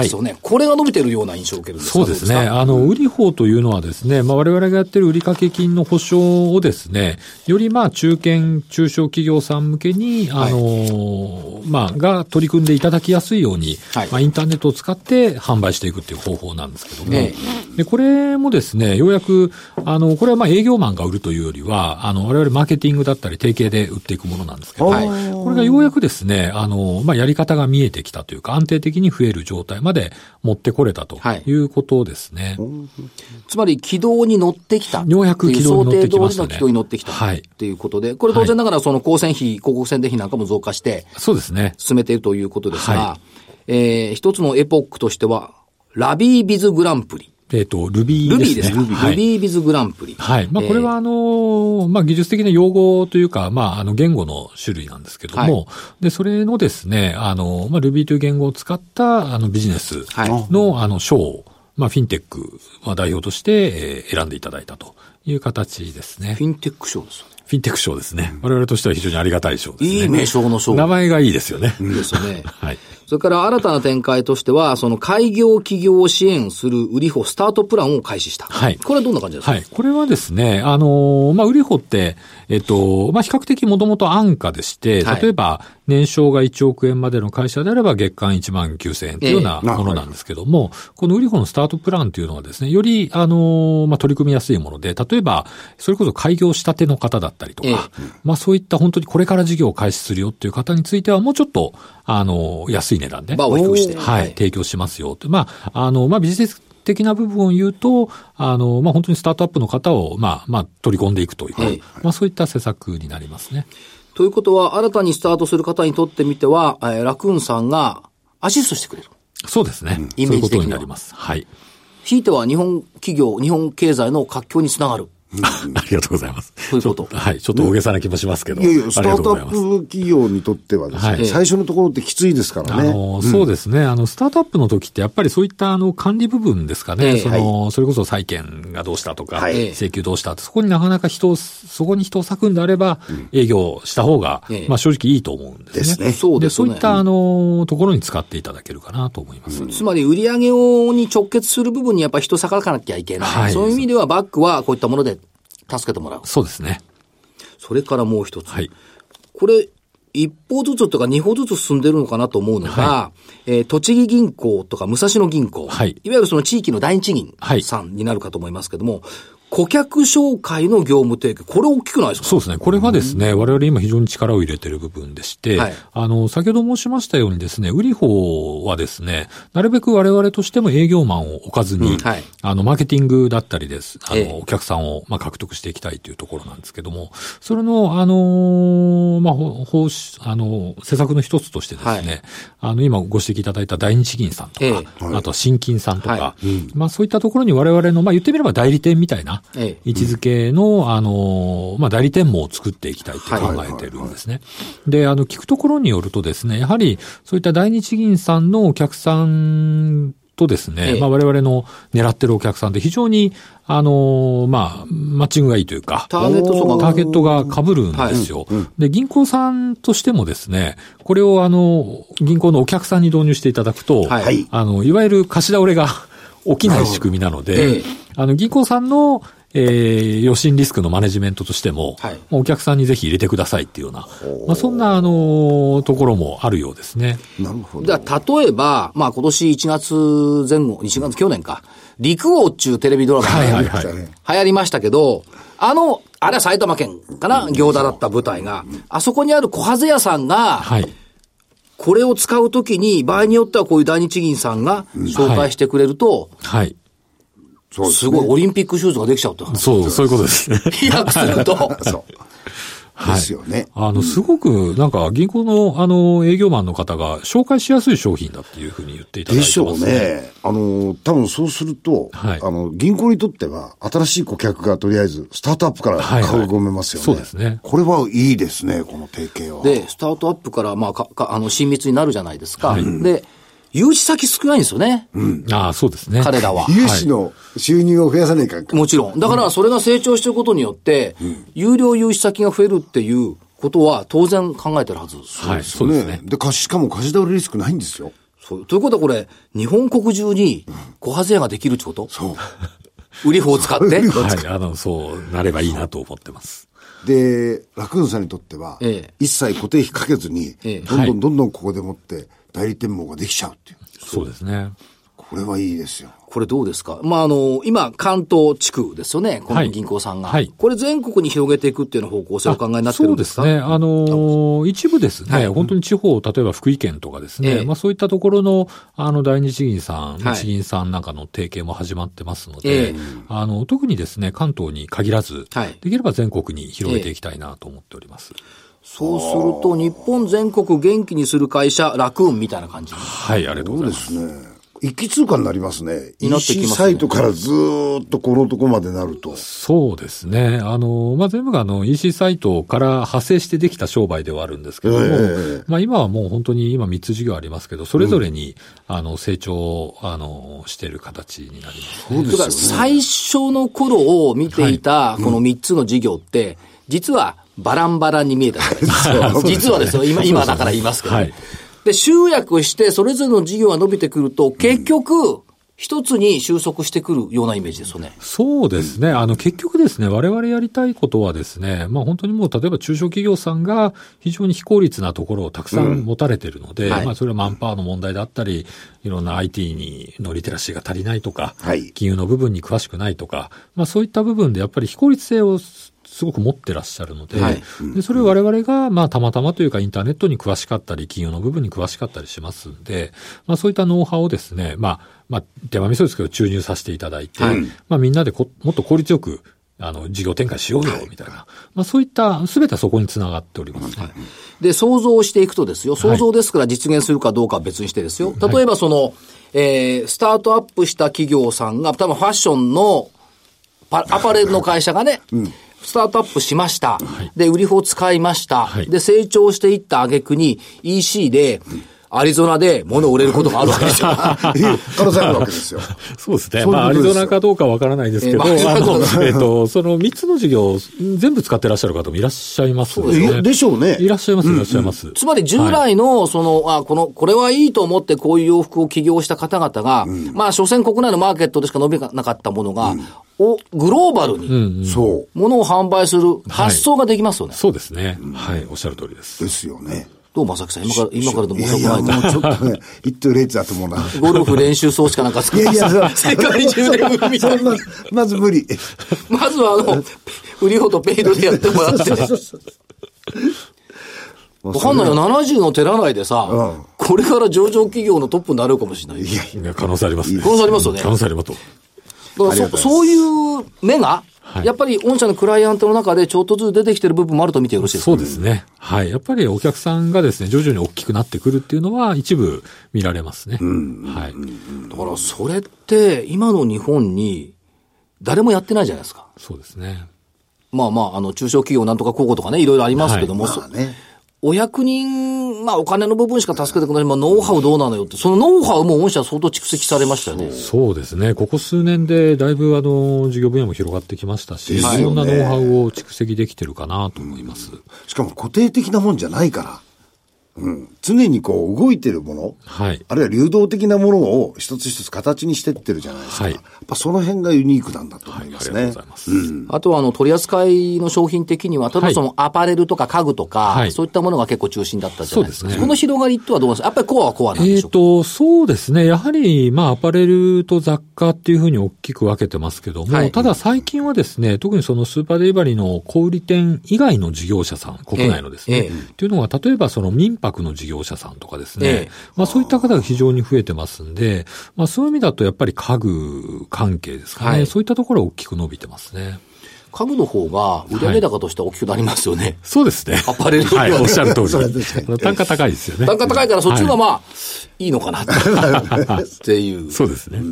Speaker 1: ですよね、これが伸びてるような印象を受けるんですか
Speaker 4: そうですね。
Speaker 1: どか
Speaker 4: あの、売り法というのはですね、まあ、我々がやってる売掛金の保証をですね、よりまあ、中堅、中小企業さん向けに、あのまあ、が取り組んでいただきやすいように、
Speaker 1: はい
Speaker 4: まあ、インターネットを使って販売していくっていう方法なんですけども、
Speaker 1: え
Speaker 4: で、これもですね、ようやく、あの、これはまあ、営業マンが売るというよりは、あの、我々マーケティングだったり、提携で売っていくものなんですけど、
Speaker 1: はい
Speaker 4: これがようやくですね、あの、まあ、やり方が見えてきたというか、安定的に増える状態まで持ってこれたと
Speaker 1: はい
Speaker 4: いうことですね。
Speaker 1: つまり軌道に乗ってきた。
Speaker 4: ようやく軌道に乗ってき
Speaker 1: 想定通
Speaker 4: ま
Speaker 1: り
Speaker 4: した
Speaker 1: の
Speaker 4: ね
Speaker 1: 軌道に乗ってきた。
Speaker 4: はい
Speaker 1: っていうことで、これ当然ながらその高専費、広告宣伝費なんかも増加して
Speaker 4: そうですね。
Speaker 1: 進めているということですが、
Speaker 4: は
Speaker 1: えー一つのエポックとしては、ラビービズグランプリ。
Speaker 4: えっ、と、ルビ
Speaker 1: ル
Speaker 4: ーで
Speaker 1: ビー
Speaker 4: す
Speaker 1: で
Speaker 4: ね。
Speaker 1: すか、
Speaker 4: はい
Speaker 1: ルビービズグランプリ。
Speaker 4: はい。まあ、
Speaker 1: えー
Speaker 4: これは、あのーまあ、技術的な用語というか、まあ、あの、言語の種類なんですけども、
Speaker 1: はい
Speaker 4: で、それのですね、あの、まあ、Ruby という言語を使った、あの、ビジネス
Speaker 1: はい
Speaker 4: の、あの、賞を、まあ、フィンテックは代表として、えー選んでいただいたという形ですね。
Speaker 1: フィンテック賞ですよね。
Speaker 4: フィンテック賞ですね。我々としては非常にありがたい賞ですね。
Speaker 1: いい名称の賞
Speaker 4: 名前がいいですよね。
Speaker 1: ですよね。
Speaker 4: はい。
Speaker 1: それから新たな展開としては、その開業企業を支援する売り法スタートプランを開始した。
Speaker 4: はい
Speaker 1: これはどんな感じですか、
Speaker 4: はい。これはですね、あのーまあ、売り法って、えっと、まあ、比較的もともと安価でして、
Speaker 1: はい
Speaker 4: 例えば、年商が1億円までの会社であれば月間1万9000円というような
Speaker 3: ええあ
Speaker 4: ものなんですけども、この売り法のスタートプランというのはですね、より、あのーまあ、取り組みやすいもので、例えば、それこそ開業したての方だったりとか、
Speaker 1: ええ
Speaker 4: まあ、そういった本当にこれから事業を開始するよっていう方については、もうちょっと、あのー安い値段で、
Speaker 1: バーを低くして。
Speaker 4: はい、提供しますよって。まあ、あの、まあ、ビジネス的な部分を言うと、あの、まあ、本当にスタートアップの方を、まあ、まあ、取り込んでいくというか、
Speaker 1: はい
Speaker 4: まあ、そういった施策になりますね。
Speaker 1: ということは、新たにスタートする方にとってみては、えーラクーンさんがアシストしてくれる。
Speaker 4: そうですね。
Speaker 1: イ
Speaker 4: そう
Speaker 1: メー
Speaker 4: いうこ
Speaker 1: ジ的には
Speaker 4: とになります。はい。
Speaker 1: ひいては日本企業、日本経済の活況につながる。
Speaker 4: ありがとうございます。
Speaker 1: そういうこと
Speaker 4: ちょっはい。ちょっと大げさな気もしますけど。
Speaker 3: いやいや、スタ
Speaker 4: ありがと
Speaker 3: ー
Speaker 4: う
Speaker 3: ト
Speaker 4: ござ
Speaker 3: ア
Speaker 4: い
Speaker 3: ッ
Speaker 4: ます。
Speaker 3: プ企業にとってはですね、
Speaker 4: はい
Speaker 3: 最初のところってきついですから
Speaker 4: あ
Speaker 3: ね。
Speaker 4: の、そうですね。あの、スタートアップの時って、やっぱりそういった、あの、管理部分ですか
Speaker 1: え
Speaker 4: ね。
Speaker 1: え
Speaker 4: その、それこそ債権がどうしたとか、
Speaker 3: はい
Speaker 4: 請求どうしたって、そこになかなか人を、そこに人を割くんであれば、営業した方が
Speaker 1: ええ、
Speaker 4: まあ、正直いいと思うんです
Speaker 3: で
Speaker 4: ね
Speaker 3: す。ね。
Speaker 1: そう
Speaker 4: で
Speaker 1: です
Speaker 4: そ
Speaker 1: よ
Speaker 4: う
Speaker 1: ね。
Speaker 4: いった、あの、ところに使っていただけるかなと思います。
Speaker 1: つまり売り上げをに直結する部分にやっぱ人下がらかなきゃいけない。
Speaker 4: はい
Speaker 1: そういう意味ではバックはこういったもので助けてもらう。
Speaker 4: そうですね。
Speaker 1: それからもう一つ。
Speaker 4: はい。
Speaker 1: これ、一歩ずつというか二歩ずつ進んでるのかなと思うのが、えー栃木銀行とか武蔵野銀行、
Speaker 4: はい
Speaker 1: わゆるその地域の第一銀
Speaker 4: はい
Speaker 1: さんになるかと思いますけども、顧客紹介の業務提携、これ大きくないですか
Speaker 4: そうですね。これがですね、我々今非常に力を入れている部分でして、
Speaker 1: はい
Speaker 4: あの、先ほど申しましたようにですね、売り法はですね、なるべく我々としても営業マンを置かずに、
Speaker 1: うんはい
Speaker 4: あの、マーケティングだったりです。あの、
Speaker 1: ええ
Speaker 4: お客さんを、まあ、獲得していきたいというところなんですけども、それの、あのーまあ、ほ方針あの、施策の一つとしてですね、
Speaker 1: はい
Speaker 4: あの、今ご指摘いただいた第二資金さんとか、
Speaker 1: ええ
Speaker 4: あとは新金さんとか、
Speaker 1: は
Speaker 4: まあ、そういったところに我々の、まあ、言ってみれば代理店みたいな、
Speaker 1: ええ
Speaker 4: 位置づけの、あの、まあ、代理店網を作っていきたいと考えてるんですね。で、あの、聞くところによるとですね、やはり、そういった大日銀さんのお客さんとですね、
Speaker 1: ええ
Speaker 4: まあ、我々の狙ってるお客さんって非常に、あの、まあ、マッチングがいいというか、
Speaker 1: ターゲット層が
Speaker 4: ターゲットが被るんですよ。で、銀行さんとしてもですね、これをあの、銀行のお客さんに導入していただくと、
Speaker 1: はい
Speaker 3: はい
Speaker 4: あの、いわゆる貸し倒れが 起きない仕組みな
Speaker 1: な
Speaker 4: の
Speaker 1: るほど
Speaker 4: で、
Speaker 1: ええ
Speaker 4: あの、銀行さんの、えー、余震リスクのマネジメントとしても、
Speaker 1: はい
Speaker 4: まあお客さんにぜひ入れてくださいっていうような、まあ、そんな、あの、ところもあるようですね。
Speaker 3: なるほど。
Speaker 1: だから例えば、まあ今年1月前後、1月去年か、陸王っちゅうテレビドラマが
Speaker 4: はいはい
Speaker 3: は
Speaker 4: はいい。
Speaker 1: 流行りましたけど、あの、あれは埼玉県かな、行田だった舞台が、あそこにある小はず屋さんが、
Speaker 4: はい。
Speaker 1: これを使うときに、場合によってはこういう大日銀さんが紹介してくれると、
Speaker 4: はい。
Speaker 3: そうですす
Speaker 1: ごい
Speaker 3: ね。
Speaker 1: オリンピックシューズができちゃうって 話。
Speaker 4: そう、そういうことですね。
Speaker 1: 飛躍すると。
Speaker 3: そう。ですよね。
Speaker 4: あの、すごく、なんか、銀行の、あの、営業マンの方が、紹介しやすい商品だっていうふうに言っていただ
Speaker 3: で
Speaker 4: いてます
Speaker 3: しょう。ね。あの、多分そうすると、
Speaker 4: はい
Speaker 3: あの、銀行にとっては、新しい顧客がとりあえず、スタートアップから
Speaker 4: はいはい
Speaker 3: 顔が込めますよね、
Speaker 4: そうですね
Speaker 3: これはいいですね、この提携は。
Speaker 1: で、スタートアップから、まあ、か、か、あの、親密になるじゃないですか。で、融資先少ないんですよね。
Speaker 4: ああ、そうですね。
Speaker 1: 彼 らは。
Speaker 3: 融資の収入を増やさないかんか。
Speaker 1: もちろん。だから、それが成長してることによって、有料融資先が増えるっていうことは、当然考えてるはず。
Speaker 4: はい、そうですね。
Speaker 3: で、貸し、しかも貸し倒れリスクないんですよ。
Speaker 1: そうということはこれ、日本国中に、小ハゼ屋ができるってこと
Speaker 3: そう。
Speaker 1: 売り法を使って
Speaker 3: 売り。法
Speaker 4: はい、あの、そうなればいいなと思ってます。
Speaker 3: で、楽運さんにとっては、
Speaker 1: ええ
Speaker 3: 一切固定費かけずに、
Speaker 1: ええ
Speaker 3: どんどんどんどんここでもって代理店網ができちゃうっていう。
Speaker 4: そうですね。
Speaker 3: これはいいですよ。
Speaker 1: これどうですかまあ、あの、今、関東地区ですよね。この銀行さんが。
Speaker 4: はいはい
Speaker 1: これ全国に広げていくっていうような方向性をお考えになってるんですか
Speaker 4: そうですね。あのー一部ですね、本当に地方、例えば福井県とかですね、
Speaker 1: ええ
Speaker 4: まあそういったところの、あの、大日銀さん、
Speaker 1: はい
Speaker 4: 日銀さんなんかの提携も始まってますので、
Speaker 1: ええ
Speaker 4: あの、特にですね、関東に限らず、
Speaker 1: はい
Speaker 4: できれば全国に広げていきたいなと思っております。
Speaker 1: そうすると、日本全国元気にする会社、楽運みたいな感じ。
Speaker 4: はい、ありがとうございます。
Speaker 3: ねえ一気通貨になりますね。
Speaker 1: になってきますね
Speaker 3: EC サイトからずーっとこのとこまでなると。
Speaker 4: そうですね。あの、まあ、全部があの、EC サイトから派生してできた商売ではあるんですけども、
Speaker 3: ええ
Speaker 4: まあ、今はもう本当に今3つ事業ありますけど、それぞれに、あの、成長を、あの、してる形になります。
Speaker 3: そう
Speaker 1: だから最初の頃を見ていたこの3つの事業って、実はバランバランに見えたじゃないですか実はですよ、今、今だから言いますけど。
Speaker 4: はい
Speaker 1: で、集約してそれぞれの事業が伸びてくると、結局、一つに収束してくるようなイメージですよね。
Speaker 4: そうですね。あの、結局ですね、我々やりたいことはですね、まあ本当にもう例えば中小企業さんが非常に非効率なところをたくさん持たれてるので、
Speaker 1: はい
Speaker 4: まあそれはマンパワーの問題だったり、いろんな IT にのリテラシーが足りないとか、
Speaker 3: はい
Speaker 4: 金融の部分に詳しくないとか、まあそういった部分でやっぱり非効率性をすすごく持ってらっしゃるので、
Speaker 1: はい
Speaker 4: でそれを我々が、まあたまたまというかインターネットに詳しかったり、金融の部分に詳しかったりしますんで、まあそういったノウハウをですね、まあ、まあ手間味噌ですけど注入させていただいて、
Speaker 1: はい
Speaker 4: まあ、みんなでこもっと効率よく、あの、事業展開しようよ、みたいな。まあ、そういった、すべてはそこにつながっております、ね。
Speaker 1: で、想像していくとですよ、想像ですから実現するかどうかは別にしてですよ。例えばその、えー、スタートアップした企業さんが、多分ファッションのパ、アパレルの会社がね、スタートアップしました。で、売り法使いました。
Speaker 4: はい
Speaker 1: で、成長していった挙句に EC で、アリゾナで物を売れること があるわけですよ。
Speaker 3: いう可能性あるわけですよ。
Speaker 4: そうです
Speaker 3: そういうことで
Speaker 4: ね。
Speaker 3: すよ
Speaker 4: まあ、アリゾナかどうかわからないですけど、
Speaker 1: えーまあ
Speaker 4: あの
Speaker 1: そうそう
Speaker 4: えっと、その3つの事業、全部使ってらっしゃる方もいらっしゃいますの
Speaker 3: そうですねでしょうね
Speaker 4: いらっしゃいます、いらっしゃいます。
Speaker 1: つまり従来の、その、あ、この、これはいいと思ってこういう洋服を起業した方々が、まあ、所詮国内のマーケットでしか伸びなかったものが、お、グローバルに、
Speaker 3: そう。
Speaker 1: 物を販売する発想ができますよね。
Speaker 4: そうですね。はい、おっしゃる通りです。
Speaker 3: ですよね。
Speaker 1: どう、まさきさん、今から、今からでも
Speaker 3: い
Speaker 1: 遅
Speaker 3: や
Speaker 1: く
Speaker 3: いや、
Speaker 1: ない
Speaker 3: も
Speaker 1: か
Speaker 3: うちょっとね、一等レイツだ と思うな。
Speaker 1: ゴルフ練習装置かなんか作
Speaker 3: い
Speaker 1: って
Speaker 3: やいや、そ
Speaker 1: 世界中で海みた
Speaker 3: そ
Speaker 1: い
Speaker 3: んな
Speaker 1: な。、
Speaker 3: まず無理。
Speaker 1: まずは、あの、売り方とペイドでやってもらって。 わかんないよ、70の手洗いでさ、
Speaker 3: うん
Speaker 1: これから上場企業のトップになれるかもしれない。
Speaker 4: いや可能性ありますね。
Speaker 1: 可能性ありますよね
Speaker 4: 可能性ありますと。
Speaker 1: だ
Speaker 3: あ
Speaker 1: か
Speaker 3: り
Speaker 1: ら
Speaker 3: が
Speaker 1: そ
Speaker 3: とうございます
Speaker 1: そういう目が、
Speaker 4: はい
Speaker 1: やっぱり御社のクライアントの中でちょっとずつ出てきてる部分もあると見てよろしいです
Speaker 4: そ
Speaker 1: か
Speaker 4: うですね。はい。やっぱりお客さんがですね、徐々に大きくなってくるっていうのは一部見られますね。はい。
Speaker 1: だからそれって今の日本に誰もやってないじゃないですか。
Speaker 4: そうですね。
Speaker 1: まあまあ、あの、中小企業なんとか公庫とかね、いろいろありますけども、
Speaker 3: まあね。
Speaker 1: お役人、まあお金の部分しか助けてくれない、まあノウハウどうなのよって、そのノウハウも御社は相当蓄積されましたよね。
Speaker 4: そうですね。ここ数年でだいぶあの、事業分野も広がってきましたし、
Speaker 3: で
Speaker 4: い
Speaker 3: すよね
Speaker 4: ろんなノウハウを蓄積できてるかなと思います。
Speaker 3: しかも固定的なもんじゃないから。うん、常にこう動いてるもの、
Speaker 4: はい。
Speaker 3: あるいは流動的なものを一つ一つ形にしてってるじゃないですか。
Speaker 4: はい
Speaker 3: やっぱその辺がユニークなんだと思
Speaker 4: は
Speaker 3: い
Speaker 4: い、あり
Speaker 3: ま
Speaker 4: がと
Speaker 3: す
Speaker 4: う
Speaker 3: ね。
Speaker 4: ございます。
Speaker 1: あとはあの取り扱いの商品的には、例えば
Speaker 4: はい
Speaker 1: そのアパレルとか家具とか、
Speaker 4: はい
Speaker 1: そういったものが結構中心だったじゃないです
Speaker 4: そ
Speaker 1: か。
Speaker 4: うですね
Speaker 1: この広がりとはどうなんですかやっぱりコアはコアなん
Speaker 4: え
Speaker 1: で
Speaker 4: っ、
Speaker 1: しょうか、
Speaker 4: と、そうですね。やはり、まあ、アパレルと雑貨っていうふうに大きく分けてますけども、
Speaker 1: はい
Speaker 4: ただ最近はですね、特にそのスーパーデリバリーの小売店以外の事業者さん、国内のです
Speaker 1: ええ
Speaker 4: ね、
Speaker 1: ええ
Speaker 4: というのは、例えばその民泊の事業者さんとかですね、
Speaker 1: ええ
Speaker 4: まあ、そういった方が非常に増えてますんで、まあ、そういう意味だとやっぱり家具関係ですかね、
Speaker 1: はい
Speaker 4: そういったところは大きく伸びてますね。
Speaker 1: 家具の方が売上高としては大きくなりますよね。
Speaker 4: そうですね。
Speaker 1: アパレル
Speaker 4: はい、おっしゃ る通
Speaker 3: それは
Speaker 4: り
Speaker 3: 確かに。
Speaker 4: あの単価高いですよね。
Speaker 1: 単価高いからそっちの方が
Speaker 4: は
Speaker 1: まあ、い、いのかな ってっていう
Speaker 4: い。そうですね。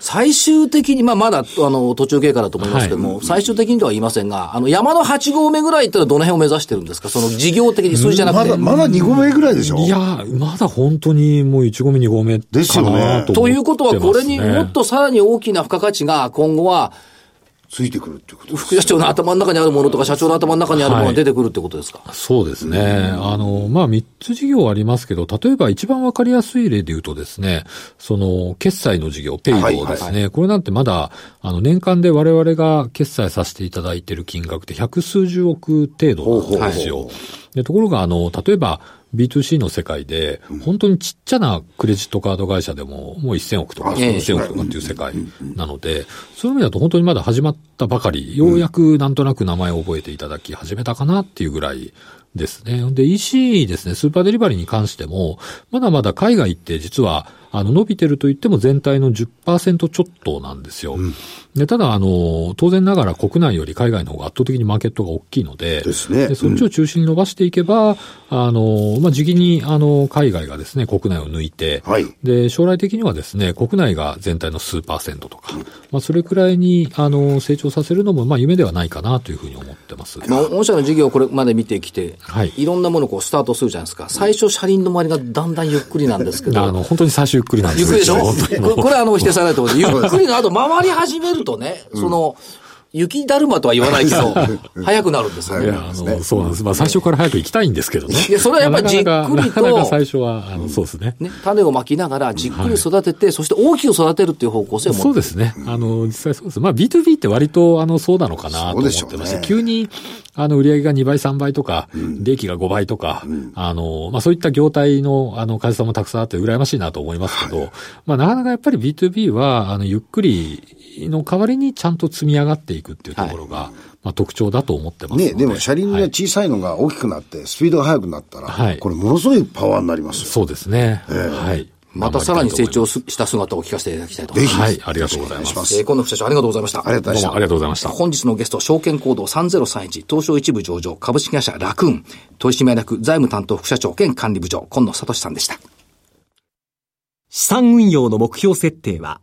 Speaker 1: 最終的に、まあまだ、あの、途中経過だと思いますけども、最終的にとは言いませんが、あの、山の8合目ぐらいってのはどの辺を目指してるんですかその事業的に数字じゃなく
Speaker 3: ま
Speaker 1: て。
Speaker 3: だ、まだ2個目ぐらいでしょ
Speaker 4: いやー、まだ本当にもう1合目2合目かなと思って
Speaker 3: ですよね
Speaker 1: ということは、これに
Speaker 4: ますね
Speaker 1: もっとさらに大きな付加価値が今後は、
Speaker 3: ついてくるってことです
Speaker 1: 副社長の頭の中にあるものとか、社長の頭の中にあるものが
Speaker 4: はい
Speaker 1: 出てくるってことですか、
Speaker 4: そうですね。あの、まあ、3つ事業ありますけど、例えば一番わかりやすい例で言うとですね、その、決済の事業、ペイ
Speaker 3: はい
Speaker 4: ド
Speaker 3: はい
Speaker 4: ですね、これなんてまだ、あの、年間で我々が決済させていただいている金額って百数十億程度なんです
Speaker 3: ほう
Speaker 4: よ
Speaker 3: ほうほ。
Speaker 4: でところが、あの、例えば、B2C の世界で、本当にちっちゃなクレジットカード会社でも、もう1000億とか、
Speaker 3: あ
Speaker 4: 2000億とかっていう世界なので、そういう意味だと本当にまだ始まったばかり、ようやくなんとなく名前を覚えていただき始めたかなっていうぐらいですね。で、EC ですね、スーパーデリバリーに関しても、まだまだ海外って実は、あの、伸びてると言っても全体の10%ちょっとなんですよ。で、ただ、あの、当然ながら国内より海外の方が圧倒的にマーケットが大きいので、
Speaker 3: ですね
Speaker 4: でそっちを中心に伸ばしていけば、あの、まあ、時期に、あの、海外がですね、国内を抜いて、
Speaker 3: はい。
Speaker 4: で、将来的にはですね、国内が全体の数パーセントとか、まあ、それくらいに、あの、成長させるのも、まあ、夢ではないかなというふうに思ってます。
Speaker 1: まあ、御社の事業をこれまで見てきて、
Speaker 4: はい
Speaker 1: いろんなものをこうスタートするじゃないですか。最初、車輪の周りがだんだんゆっくりなんですけど、
Speaker 4: あの、本当に最初ゆっくりなんです
Speaker 1: ゆっくりでしょこ
Speaker 4: 本当
Speaker 1: れ
Speaker 4: にもう
Speaker 1: これはあの否定されないと思うんで、ゆっくりの後回り始めるとね、その、雪だるまとは言わないけど、早くなるんですよ
Speaker 4: い
Speaker 1: ね。
Speaker 4: や、あの、そうなんです。まあ、最初から早く行きたいんですけどね。
Speaker 1: いやそれはやっぱりじっくりと
Speaker 4: なかなかなかなか最初は、あの、そうですね。
Speaker 1: ね、種をまきながらじっくり育てて、そして大きく育てるっていう方向性を持って
Speaker 4: そうですね。あの、実際そうです。まあ、B2B って割と、あの、そうなのかなと
Speaker 3: そう
Speaker 4: 思
Speaker 3: で
Speaker 4: っ
Speaker 3: しょうね
Speaker 4: てまして、急に、あの、売り上げが2倍、3倍とか、利益が5倍とか、あの、まあ、そういった業態の、あの、会社さんもたくさんあって、羨ましいなと思いますけど、まあ、なかなかやっぱり B2B は、あの、ゆっくりの代わりにちゃんと積み上がっていくっていうところが、まあ、特徴だと思ってますの
Speaker 3: ね
Speaker 4: で。
Speaker 3: でも車輪が小さいのが大きくなって、スピードが速くなったら、
Speaker 4: はい
Speaker 3: これものすごいパワーになりますよ。
Speaker 4: そうですね。はい。
Speaker 1: またさらに成長
Speaker 4: す
Speaker 1: すした姿を聞かせていただきたいと思い
Speaker 3: ぜ
Speaker 1: ま
Speaker 3: ひ。
Speaker 4: はいありがとうございま
Speaker 3: よろ
Speaker 4: す
Speaker 3: しくお願
Speaker 1: す。えー、今野副社長ありがとうございました。
Speaker 3: ありがとうございました
Speaker 4: どうもありがとうございました。
Speaker 1: 本日のゲスト、証券コード3031、東証一部上場、株式会社ラクーン、取締役財務担当副社長兼管理部長、今野聡さんでした。
Speaker 5: 資産運用の目標設定は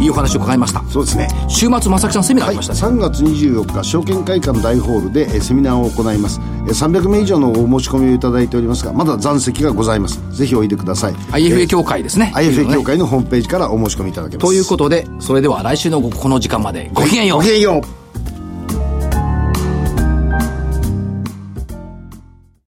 Speaker 1: いいお話を伺いました。
Speaker 3: そうですね。
Speaker 1: 週末、まさきさんセミナーあ
Speaker 3: はい、
Speaker 1: りましたね。
Speaker 3: 3月24日証券会館大ホールでえーセミナーを行いますえー300名以上のお申し込みをいただいておりますがまだ残席がございますぜひおいでください
Speaker 1: IFA 協会ですね。
Speaker 3: えー IFA 協会のホームページからお申し込みいただけます
Speaker 1: ということで、それでは来週のこの時間までごきげんよう
Speaker 3: ごき。げんよう